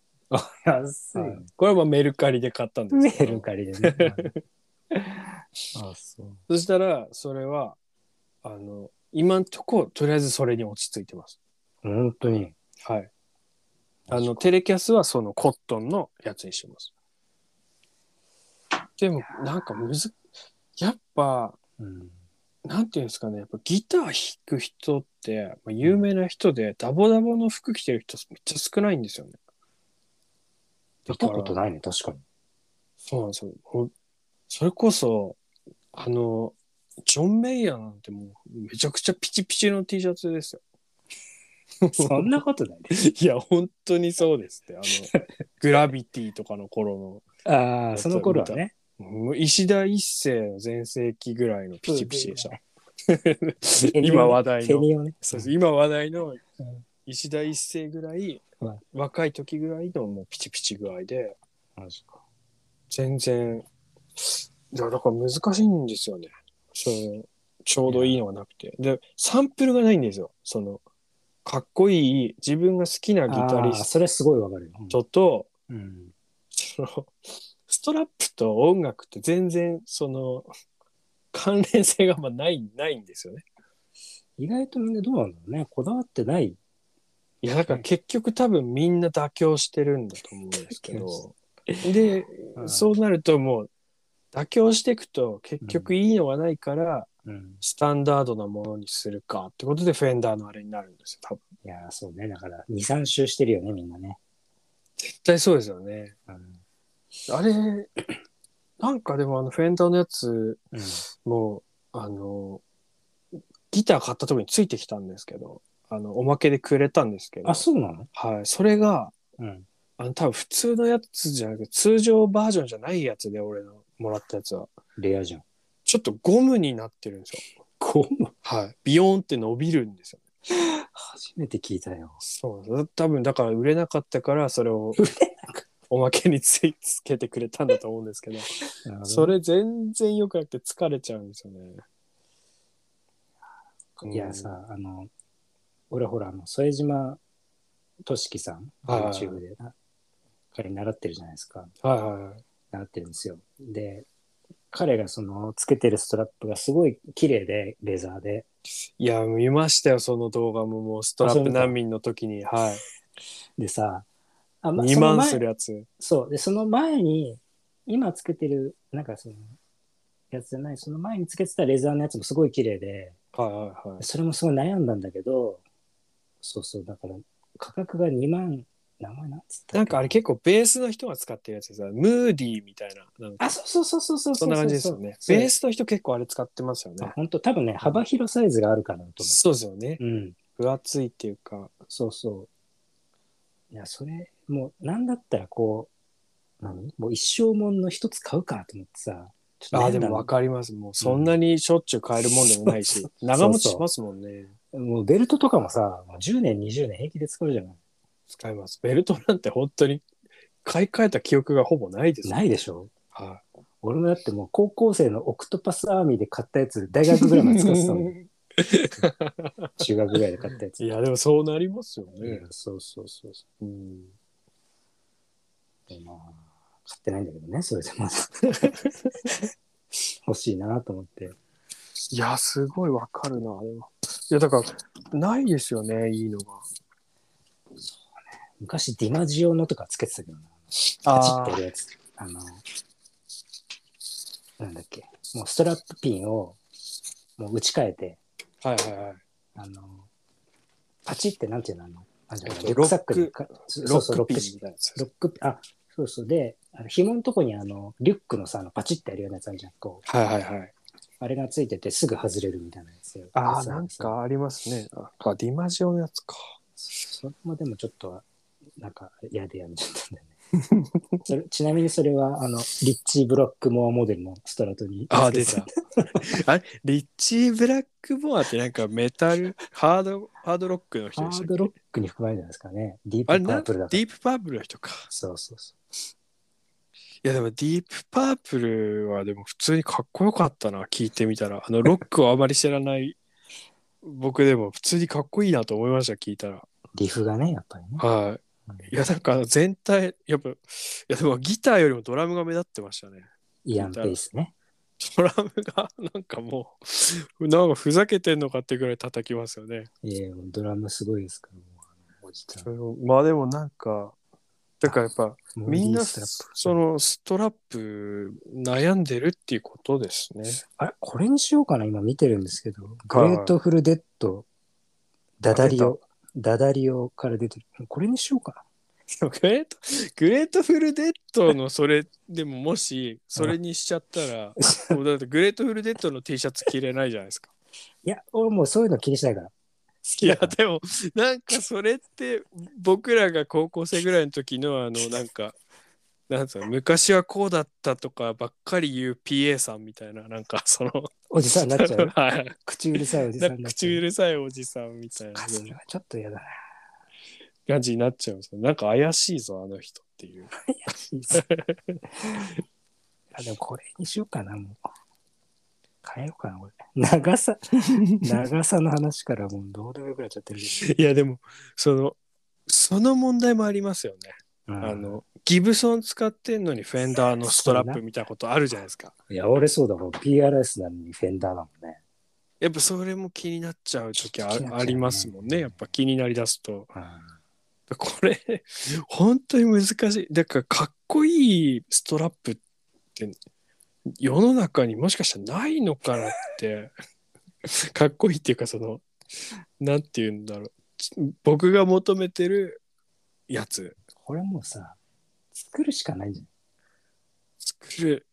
Speaker 2: 安い
Speaker 1: はい。これはまあメルカリで買ったんです
Speaker 2: メ
Speaker 1: けど
Speaker 2: ルカリでね。 あ、そう。
Speaker 1: そしたらそれはあの今んとことりあえずそれに落ち着いてます。
Speaker 2: 本当に。
Speaker 1: はい。あの、テレキャスはそのコットンのやつにしてます。でも、なんかむず、やっぱ、
Speaker 2: うん。
Speaker 1: なんていうんですかね、やっぱギター弾く人って、まあ、有名な人で、ダボダボの服着てる人めっちゃ少ないんですよね。
Speaker 2: 見たことないね、確かに。
Speaker 1: そうなんですよ。ほんそれこそ、あの、ジョン・メイヤーなんてもう、めちゃくちゃピチピチの T シャツですよ。
Speaker 2: そんなことないで
Speaker 1: いや、本当にそうですって。あの、 グラビティとかの頃の。
Speaker 2: ああ、その頃はね。
Speaker 1: もう石田一世の全盛期ぐらいのピチピチでした。
Speaker 2: うん
Speaker 1: 今話題
Speaker 2: セ
Speaker 1: の
Speaker 2: ニをね。
Speaker 1: そうです今話題の
Speaker 2: ん
Speaker 1: 石田一世ぐらい、
Speaker 2: うん
Speaker 1: 若い時ぐらいのもうピチピチ具合で
Speaker 2: マジか。
Speaker 1: 全然いやだから難しいんですよねそのちょうどいいのがなくてでサンプルがないんですよそのかっこいい自分が好きなギタ
Speaker 2: あ
Speaker 1: リ
Speaker 2: あ、
Speaker 1: ス
Speaker 2: それすごいわかるよ。
Speaker 1: トと
Speaker 2: うん。
Speaker 1: そのストラップと音楽って全然その関連性がまあないないんですよね。
Speaker 2: 意外とみんなどうなんだろうね。こだわってない。
Speaker 1: いやだから結局多分みんな妥協してるんだと思うんですけどで、
Speaker 2: うん
Speaker 1: そうなるともう妥協していくと結局いいのがないから、
Speaker 2: うん。
Speaker 1: スタンダードなものにするかってことでフェンダーのあれになるんですよ多分
Speaker 2: いやー、そうね。だから、2、3周してるよね、みんなね。
Speaker 1: 絶対そうですよね
Speaker 2: うん。
Speaker 1: あれなんかでもあのフェンダーのやつ
Speaker 2: うん
Speaker 1: もうあのギター買ったとこについてきたんですけどあのおまけでくれたんですけど
Speaker 2: あ、そうなの
Speaker 1: はい、それが
Speaker 2: うん。
Speaker 1: あの多分普通のやつじゃなくて通常バージョンじゃないやつで俺のもらったやつは
Speaker 2: レアじゃん。
Speaker 1: ちょっとゴムになってるんですよ
Speaker 2: ゴム
Speaker 1: はいビヨーンって伸びるんですよ
Speaker 2: 初めて聞いたよ。
Speaker 1: そうなんです多分だから売れなかったからそれ をおまけについつけてくれたんだと思うんですけどそれ全然よくなくて疲れちゃうんですよね
Speaker 2: いやさ、あの、俺ほら、あの、副島俊樹さん、
Speaker 1: はいはいはい
Speaker 2: YouTube で、な彼習ってるじゃないですか。
Speaker 1: はいはいはい
Speaker 2: 習ってるんですよ。で、彼がその、つけてるストラップがすごい綺麗で、レザーで。
Speaker 1: いや見ましたよその動画ももうストラップ難民の時にはい
Speaker 2: でさ、あま
Speaker 1: 2万
Speaker 2: そ
Speaker 1: す
Speaker 2: の前
Speaker 1: るやつ
Speaker 2: そう。で、その前に、今つけてる、なんかその、やつじゃない、その前につけてたレザーのやつもすごい綺麗で、
Speaker 1: はいはいはい
Speaker 2: それもすごい悩んだんだけど、そうそう、だから、価格が2万、名前なんつったっけ
Speaker 1: なんかあれ結構ベースの人が使ってるやつでさ、ムーディーみたいな、なんか
Speaker 2: あ、そうそうそうそうそうう。
Speaker 1: そんな感じですよね。
Speaker 2: そう
Speaker 1: ベースの人結構あれ使ってますよね。
Speaker 2: 本当多分ね、幅広サイズがあるからだと思
Speaker 1: そうですよね。
Speaker 2: う。うん。
Speaker 1: 分厚いっていうか、
Speaker 2: そうそう。いや、それ、もう、なんだったらこう、何もう一生もんの一つ買うかと思ってさ。ちょっ
Speaker 1: あ
Speaker 2: と
Speaker 1: あ、
Speaker 2: 悩
Speaker 1: で
Speaker 2: んだ
Speaker 1: も
Speaker 2: の
Speaker 1: 分かります。もうそんなにしょっちゅう買えるもんでもないし、長持ちしますもんね。
Speaker 2: もうベルトとかもさ、もう10年、20年平気で使うじゃない。
Speaker 1: 使います。ベルトなんて本当に買い替えた記憶がほぼないです。
Speaker 2: ないでしょ
Speaker 1: は
Speaker 2: 俺もだってもう高校生のオクトパスアーミーで買ったやつ、大学ぐらいまで使ってたもん。中学ぐらいで買ったや つ。
Speaker 1: い。いや、でもそうなりますよ
Speaker 2: いや
Speaker 1: ね。
Speaker 2: そうそうそうそ
Speaker 1: うん。
Speaker 2: う。でまあ、買ってないんだけどね、それで まだ。欲しいなと思って。
Speaker 1: いや、すごい分かるな、あれは。いや、だから、ないですよね、いいのが。
Speaker 2: 昔、ディマジオのとかつけてたけどな。
Speaker 1: あー
Speaker 2: パチってやるやつ。あの、なんだっけ。もうストラップピンを、もう打ち替えて、
Speaker 1: はいはいはい。
Speaker 2: あの、パチってなんていうのあの、なんていう
Speaker 1: えっ
Speaker 2: の
Speaker 1: と
Speaker 2: リュックサックにか、
Speaker 1: ロ
Speaker 2: そうそう、
Speaker 1: ッ
Speaker 2: ロ
Speaker 1: クピ
Speaker 2: ック
Speaker 1: ン
Speaker 2: し
Speaker 1: みたいなやつ。
Speaker 2: ロックピン、あ、そうそう。で、あの紐のとこにあの、リュックのさ、あのパチってやるようなやつあるじゃん。こ
Speaker 1: はいはいはい。
Speaker 2: う、あれがついててすぐ外れるみたいなやつ。
Speaker 1: ああ、
Speaker 2: そう
Speaker 1: なん。かありますね。ああディマジオのやつか。
Speaker 2: そそれもでもちょっとは、なんか嫌でやめちゃったんだよね。それちなみにそれは、あの、リッチー・ブラックモアモデルのストラトに。
Speaker 1: ああ、出た。あれ、リッチー・ブラックボアってなんかメタル、ハード、ハードロックの人
Speaker 2: ハ
Speaker 1: でした
Speaker 2: ー
Speaker 1: っ
Speaker 2: ドロッ
Speaker 1: け
Speaker 2: クに含まれるんじゃないですかね。ディー
Speaker 1: あれ
Speaker 2: プパ
Speaker 1: な
Speaker 2: ー
Speaker 1: んデ
Speaker 2: プルだ
Speaker 1: ィ
Speaker 2: から。
Speaker 1: ープパープルの人か。
Speaker 2: そうそうそ
Speaker 1: いやでもディープパープルはでも普通にかっこよかったな、聞いてみたら。あのロックをあまり知らない僕でも普通にかっこいいなと思いました、聞いたら。
Speaker 2: う。リフがね、やっぱりね。
Speaker 1: は
Speaker 2: うん
Speaker 1: い。いやなんか全体、やっぱ、いやでもギターよりもドラムが目立ってましたね。
Speaker 2: イアン・ペイスね。
Speaker 1: ドラムがなんかもう、なんかふざけてんのかってぐらい叩きますよね。
Speaker 2: えードラムすごいですから、もうあのおじちゃん。
Speaker 1: まあでもなんか、だからやっぱ
Speaker 2: モーリー
Speaker 1: みんな
Speaker 2: ストラップ
Speaker 1: そのストラップ悩んでるっていうことですね。
Speaker 2: あれ、これにしようかな、今見てるんですけど。
Speaker 1: は
Speaker 2: グ
Speaker 1: い
Speaker 2: レートフルデッド、ダダリオ、ダダリオから出てる。これにしようか
Speaker 1: でもグレート、グレートフルデッドのそれ、でももし、それにしちゃった ら、もうだってグレートフルデッドの T シャツ着れないじゃないですか。
Speaker 2: な。いや、俺もうそういうの気にしないから。好
Speaker 1: い
Speaker 2: き
Speaker 1: や
Speaker 2: だから。、
Speaker 1: でも、なんかそれって、僕らが高校生ぐらいの時の、あ の、なんか、なんつうの、昔はこうだったとかばっかり言う PA さんみたいな、なんかその、。
Speaker 2: おじさんになっちゃう
Speaker 1: はい。
Speaker 2: 口うるさいおじさ
Speaker 1: なんんか
Speaker 2: になっ
Speaker 1: 口
Speaker 2: ちゃ
Speaker 1: う
Speaker 2: う。
Speaker 1: るさいおじさんみたいな
Speaker 2: かそれはちょっと嫌だな。
Speaker 1: 感じになっちゃうんですよ。なんか怪しいぞ、あの人っていう。
Speaker 2: いいっすあでもこれにしようかな、もう。変えようかな、これ。長 さ、長さの話からもうどうでもよくなっちゃってるけ
Speaker 1: いや、でも、その、その問題もありますよね。
Speaker 2: ど。うん
Speaker 1: あの、ギブソン使ってんのにフェンダーのストラップみたいなことあるじゃないですか。
Speaker 2: いや、俺そうだもん。PRS なのにフェンダーだもんね。
Speaker 1: やっぱそれも気になっちゃう時あ
Speaker 2: 気になっちゃうね
Speaker 1: ありますもんね。やっぱ気になりだすと。 これ、本当に難しい。だから、かっこいいストラップって、世の中にもしかしたらないのかなって、 かっこいいっていうか、その、なんていうんだろう。ち僕が求めてるやつ、
Speaker 2: これもうさ、作るしかないんじゃ
Speaker 1: 作る。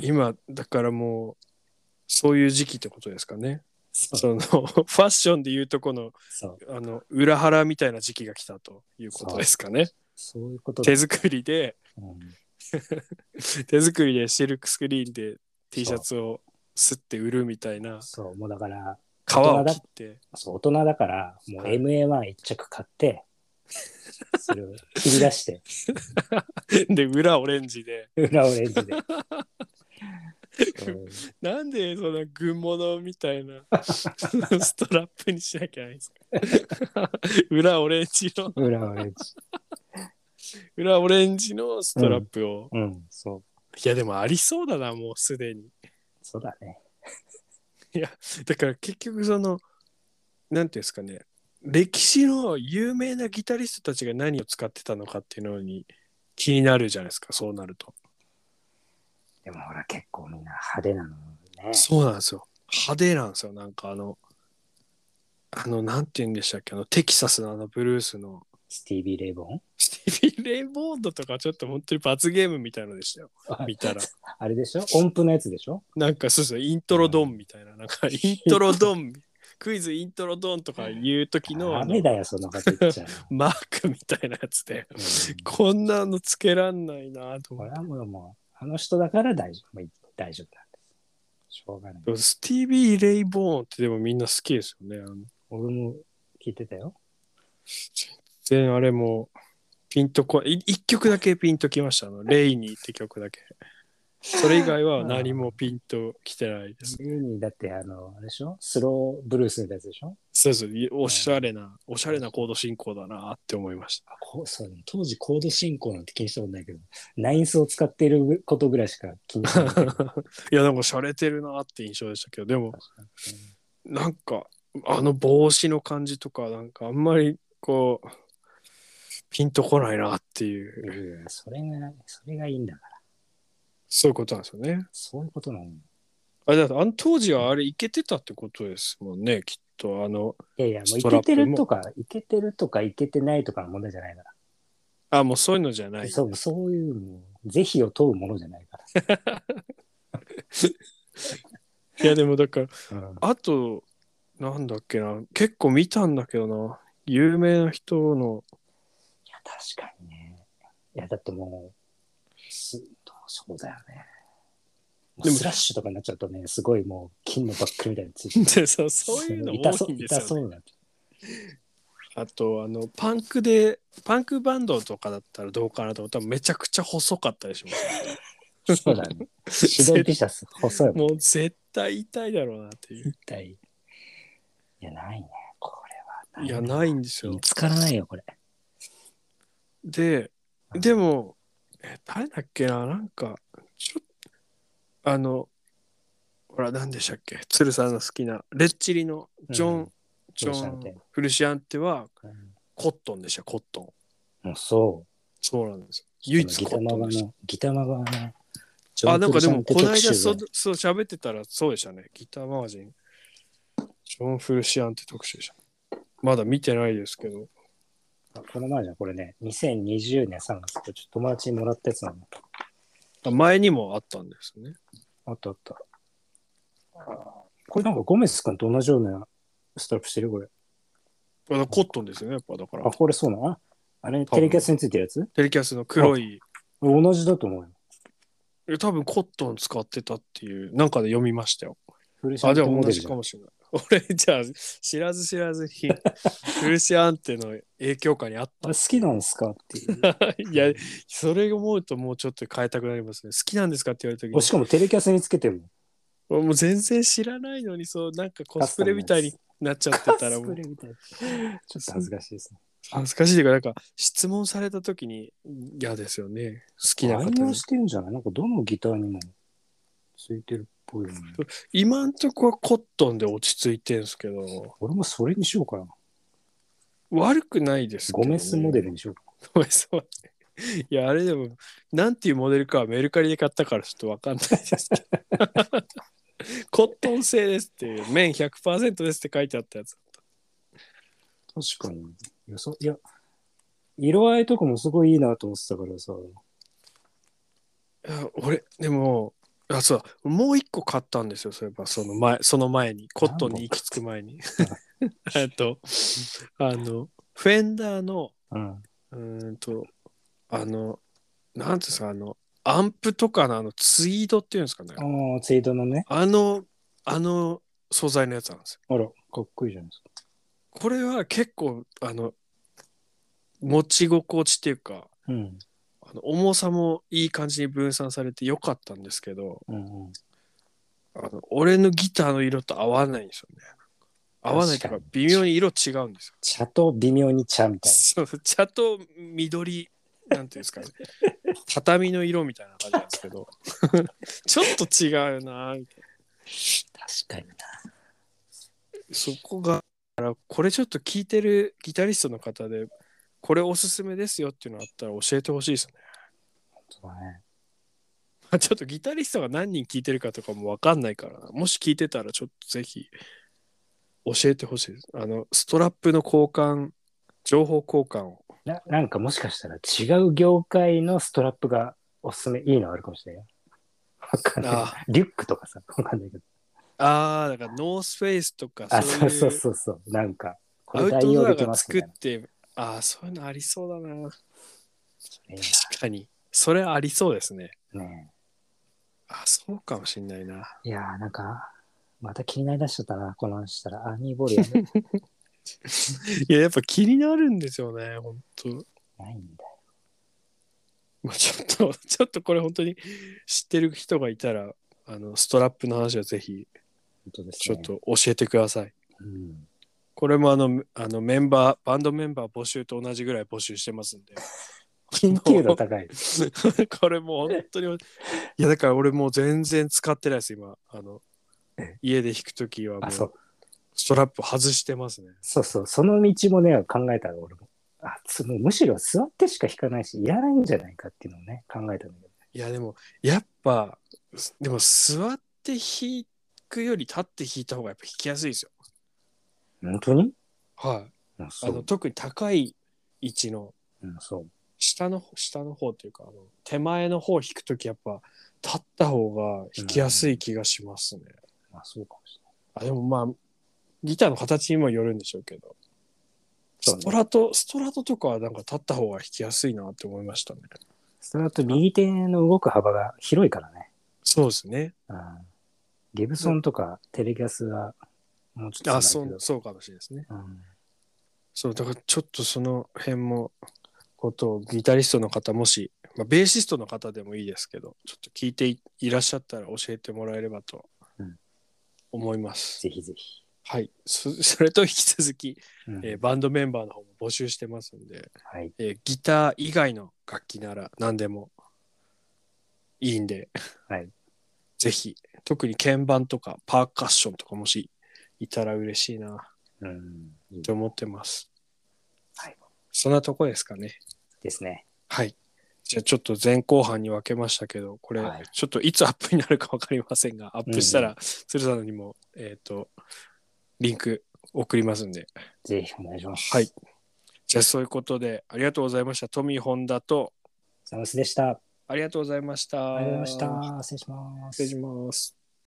Speaker 1: 今、だからもう、そういう時期ってことですかね。
Speaker 2: ない
Speaker 1: その、ファッションでいうとこの、
Speaker 2: そう。
Speaker 1: あの、裏腹みたいな時期が来たということですかね。
Speaker 2: そういうことだ
Speaker 1: 手作りで、
Speaker 2: うん
Speaker 1: 手作りでシルクスクリーンで T シャツをすって売るみたいな
Speaker 2: そう、もうだから、
Speaker 1: 皮を切って
Speaker 2: そう大人だから、もう
Speaker 1: はい
Speaker 2: MA1 一着買って、それを切り 出して、
Speaker 1: で裏オレンジで
Speaker 2: 裏オレ ンジで。そう
Speaker 1: なんでその軍物みたいな ストラップにしなきゃいけないんですか 裏オレンジの
Speaker 2: 裏オレンジ。
Speaker 1: 裏オレンジのストラップを、
Speaker 2: うん、そう。
Speaker 1: いやでもありそうだなもうすでに
Speaker 2: そうだね。
Speaker 1: だから結局そのなんていうんですかね歴史の有名なギタリストたちが何を使ってたのかっていうのに気になるじゃないですかそうなると
Speaker 2: でもほら、結構みんな派手なのね。
Speaker 1: そうなんですよ。派手なんですよ。なんかあの、あの、なんて言うんでしたっけ、あの、テキサスのあのブルースの、
Speaker 2: スティービー・レイボン
Speaker 1: スティービー・レイボーンドとかちょっと本当に罰ゲームみたいのでしたよ。見たら。
Speaker 2: あれでしょ音符のやつでしょ
Speaker 1: なんかそうそう、イントロドンみたいな、なんかイントロドン、クイズイントロドンとか言う時の、あ
Speaker 2: ダ
Speaker 1: の
Speaker 2: メ、だよ、そんなこと 言っちゃう。
Speaker 1: マークみたいなやつで、
Speaker 2: うん
Speaker 1: こんなのつけらんないなと
Speaker 2: こ
Speaker 1: 思っ
Speaker 2: れ
Speaker 1: て。
Speaker 2: はもう、もうあの人だから大丈夫、もう大丈夫なんです。しょうがない。
Speaker 1: でもスティービー・レイボーンってでもみんな好きですよね。あの
Speaker 2: 俺も聞いてたよ。
Speaker 1: 全然あれもピンとこい一曲だけピンときましたあの「レイニー」って曲だけそれ以外は何もピンときてないです
Speaker 2: 家にだって、あの、あれでしょスローブルースみたいなやつでしょ
Speaker 1: そうそうおしゃれなおしゃれなコード進行だなって思いました
Speaker 2: あこうそうね、当時コード進行なんて気にしたことないけど、ナインスを使っていることぐらいしか気にしてない。
Speaker 1: いやでもしゃれてるなって印象でしたけどでもなんかあの帽子の感じとかなんかあんまりこうピンとこないなっていう
Speaker 2: うんそれが、それがいいんだから。
Speaker 1: そういうことなんですよね
Speaker 2: そういうことなのよ。
Speaker 1: あれだってあの当時はあれいけてたってことですもんねきっとあの
Speaker 2: いやいや、もう
Speaker 1: ス
Speaker 2: い
Speaker 1: トラ
Speaker 2: け
Speaker 1: ップ
Speaker 2: て
Speaker 1: も
Speaker 2: るとか、いけてるとか、いけてないとかの問題じゃないから。
Speaker 1: あもうそういうのじゃない
Speaker 2: そう、そういうの、是非を問うものじゃないか
Speaker 1: いやでもだから
Speaker 2: ら。うん
Speaker 1: あとなんだっけな結構 見たんだけどな有名な人の
Speaker 2: いや、確かにね。いや、だってもう、すそうだよね。も
Speaker 1: で
Speaker 2: う
Speaker 1: も
Speaker 2: スラッシュとかになっちゃうとね、すごいもう金のバックみたいについて
Speaker 1: でそうそういうの
Speaker 2: 痛そ
Speaker 1: 多
Speaker 2: う
Speaker 1: いんです
Speaker 2: 痛
Speaker 1: よ、ね、
Speaker 2: そうになっちゃ
Speaker 1: あとあのパンクでパンクバンドとかだったらどうかなと思ったらめちゃくちゃ細かったりします、
Speaker 2: う。そうだ ね。白い T シャツ細いもん。
Speaker 1: もう絶対痛いだろうなっていう
Speaker 2: 絶対。いや、ないね。これはいない
Speaker 1: や
Speaker 2: ね。
Speaker 1: ないんですよ
Speaker 2: 見つからないよ、これ。
Speaker 1: でで、もえ誰だっけななんかちょあのほら何でしたっけ鶴さんの好きなレッチリのジョン、
Speaker 2: うん
Speaker 1: ジョン
Speaker 2: フルシアンテ
Speaker 1: フルシアンテは
Speaker 2: うん
Speaker 1: コットンでしたコットン
Speaker 2: もうそう。
Speaker 1: そうなんですよ唯一
Speaker 2: ギ
Speaker 1: コ
Speaker 2: タ
Speaker 1: ッ
Speaker 2: マ
Speaker 1: トン
Speaker 2: ガ
Speaker 1: でした
Speaker 2: の、ギタマガの、ジョ
Speaker 1: あ、
Speaker 2: ン
Speaker 1: なんかでも、
Speaker 2: プ
Speaker 1: こ
Speaker 2: ル
Speaker 1: の
Speaker 2: さんって特集
Speaker 1: 間
Speaker 2: で
Speaker 1: そ、そう、喋ってたら、そうでしたね。ギターマガジン。ジョン・フルシアンって特集でした。まだ見てないですけど。
Speaker 2: あこの前じゃんこれね、2020年3月、これちょっと友達にもらったやつなの。
Speaker 1: あ前にもあったんですね。
Speaker 2: あったあった。これなんかゴメス君と同じようなストラップしてるこれ。
Speaker 1: これコットンですよね、やっぱ。だから
Speaker 2: あ、、これそうなのああれ、
Speaker 1: 多
Speaker 2: テ
Speaker 1: 分
Speaker 2: レキャスについてるやつ
Speaker 1: テレキャスの黒い、
Speaker 2: 同じだと思うよ。
Speaker 1: え多分コットン使ってたっていう、なんかで読みましたよ。
Speaker 2: フルシャ
Speaker 1: あ、
Speaker 2: ン
Speaker 1: じ
Speaker 2: テ
Speaker 1: ゃあ
Speaker 2: モ
Speaker 1: 同
Speaker 2: デル
Speaker 1: じ
Speaker 2: じゃ
Speaker 1: か
Speaker 2: ん。
Speaker 1: もしれない。 俺、じゃあ、知らず知らず に、フルシアンっての影響下にあっ
Speaker 2: あ好きなんですかってい う。
Speaker 1: た。いや、それ思うともうちょっと変えたくなりますね。好きなんですかって言われた時
Speaker 2: お
Speaker 1: に
Speaker 2: しかもテレキャスにつけてる
Speaker 1: 俺もう全然知らないのにそうなんかコスプレみたいになっちゃってたらもう
Speaker 2: ちょっと恥ずかしいですね。
Speaker 1: 恥ずかしいというかなんか質問された時に嫌ですよね好きな方
Speaker 2: 愛
Speaker 1: に
Speaker 2: 用してるんじゃないなんかどのギターにもついてるっぽいよね。
Speaker 1: 今んとこはコットンで落ち着いてんすけど
Speaker 2: 俺もそれにしようかな。
Speaker 1: 悪くないですけ
Speaker 2: ゴ
Speaker 1: ど、
Speaker 2: メスモデ
Speaker 1: ル
Speaker 2: ルにしようか。
Speaker 1: ゴメスモデル いやあれでもなんていうモデルかはメルカリで買ったからちょっとわかんないですけどコットン製ですっていう綿100%ですって書いてあったやつ
Speaker 2: 確かに。よそいや、色合いとかもすごいいいなと思ってたからさ。
Speaker 1: いや俺でもあそうだもう一個買ったんですよそういえばその 前その前にコットンに行き着く前に えっとあのフェンダーの
Speaker 2: うん。
Speaker 1: うーんとあのなんていうんですかあのアンプとかのあのツイードっていうんですかね
Speaker 2: ああ、ツイートのね。
Speaker 1: あのあの素材のやつなんですよ
Speaker 2: あら、かっこいいじゃないですか。
Speaker 1: これは結構あの持ち心地っていうか
Speaker 2: うん。
Speaker 1: あの重さもいい感じに分散されてよかったんですけど、
Speaker 2: うんうん、
Speaker 1: あの俺のギターの色と合わないんですよね。合わないというか
Speaker 2: 確か
Speaker 1: 微妙に色違うんですよ。
Speaker 2: 茶と微妙に茶みたい
Speaker 1: そう茶と緑なんていうんですかね 畳の色みたいな感じなんですけど ちょっと違うなみたい
Speaker 2: な。確かに
Speaker 1: なそこがだからこれちょっと聞いてるギタリストの方でこれおすすめですよっていうのあったら教えてほしいですね。
Speaker 2: そうだね。
Speaker 1: まあちょっとギタリストが何人聞いてるかとかも分かんないからなもし聞いてたらちょっとぜひ教えてほしいです。あの、ストラップの交換、情報交換を。
Speaker 2: ななんかもしかしたら違う業界のストラップがおすすめ、いいのあるかもしれないよ。わかんない
Speaker 1: あ
Speaker 2: リュックとかさ、わかんないけど。
Speaker 1: ああ、だからノースフェイスとか
Speaker 2: あ、
Speaker 1: そ
Speaker 2: そうう
Speaker 1: い
Speaker 2: そう
Speaker 1: う
Speaker 2: そうそう。なんか、こ
Speaker 1: ア
Speaker 2: れ
Speaker 1: ウト
Speaker 2: 代用
Speaker 1: ドア
Speaker 2: でき
Speaker 1: が
Speaker 2: ます
Speaker 1: 作
Speaker 2: みた
Speaker 1: っ
Speaker 2: いな。
Speaker 1: て、ああ、そういうのありそうだな。
Speaker 2: いい
Speaker 1: 確かに。それありそうですね。
Speaker 2: なね
Speaker 1: あそうかもしんないな。
Speaker 2: えいやーなんか、また気になりだしちゃったな、この話したら。アニーボールや め
Speaker 1: いや、やっぱ気になるんですよね、ほんと。
Speaker 2: ないんだ。
Speaker 1: まあ、ちょっと、 ちょっとこれ本当に知ってる人がいたら、あの、ストラップの話はぜひ
Speaker 2: 本当です
Speaker 1: ちょ
Speaker 2: ね。
Speaker 1: っ。と教えてください。
Speaker 2: うん、
Speaker 1: これもあのあのメンバー、バンドメンバー募集と同じぐらい募集してますんで。
Speaker 2: 緊急度高い。
Speaker 1: これもう本当に。いや、だから俺もう全然使ってないです、今。あの家で弾くときはも
Speaker 2: あ、
Speaker 1: う
Speaker 2: そう。
Speaker 1: ストラップ外してますね。
Speaker 2: そうそう。その道もね、考えたら俺も。あつもうむしろ座ってしか弾かないし、いらないんじゃないかっていうのをね、考えたんだけど。
Speaker 1: いや、でも、やっぱ、でも座って弾くより立って弾いた方がやっぱ弾きやすいですよ。
Speaker 2: 本当に
Speaker 1: はい。
Speaker 2: うん
Speaker 1: あ
Speaker 2: そ
Speaker 1: の
Speaker 2: う。
Speaker 1: 特に高い位置の
Speaker 2: うん、そう。
Speaker 1: 下の下の方というかあの手前の方引くときやっぱ立った方が引きやすい気がしますね、
Speaker 2: まあ、そうかもしれない。
Speaker 1: あでもまあギターの形にもよるんでしょうけど
Speaker 2: そう
Speaker 1: ス
Speaker 2: ね
Speaker 1: トラトストラトとかはなんか立った方が弾きやすいなって思いましたね
Speaker 2: それだと右手の動く幅が広いからね。
Speaker 1: そうですね。
Speaker 2: うん、ギブソンとかテレキャスはもうちょっと
Speaker 1: あ、
Speaker 2: 狭
Speaker 1: そ
Speaker 2: いけど
Speaker 1: う、そうかもしれないですね。
Speaker 2: うん
Speaker 1: そう、だからちょっとその辺も、ことをギタリストの方、もし、まあ、ベーシストの方でもいいですけど、ちょっと聞いていいらっしゃったら教えてもらえればと
Speaker 2: うん
Speaker 1: 思います。
Speaker 2: ぜひぜひ。
Speaker 1: はいそ。 それと引き続き、
Speaker 2: うん
Speaker 1: えーバンドメンバーの方も募集してますんで、
Speaker 2: はい。
Speaker 1: えーギター以外の楽器なら何でもいいんで、
Speaker 2: はい、
Speaker 1: ぜひ、特に鍵盤とかパーカッションとかもしいたら嬉しいな
Speaker 2: うん、いい
Speaker 1: って思ってます。
Speaker 2: はい。
Speaker 1: そんなとこですかね。
Speaker 2: ですね。
Speaker 1: はい。じゃあちょっと前後半に分けましたけど、これ、
Speaker 2: はい
Speaker 1: ちょっといつアップになるか分かりませんが、アップした
Speaker 2: う
Speaker 1: ら、鶴さんにも、えっ、と、リンク送りますんで。
Speaker 2: ぜひお願いします。
Speaker 1: はい。じゃあそういうことで、ありがとうございました。トミー・ホンダと、
Speaker 2: サムスでした。
Speaker 1: ありがとうございました。
Speaker 2: ありがとうございました。失礼します
Speaker 1: 失礼。します。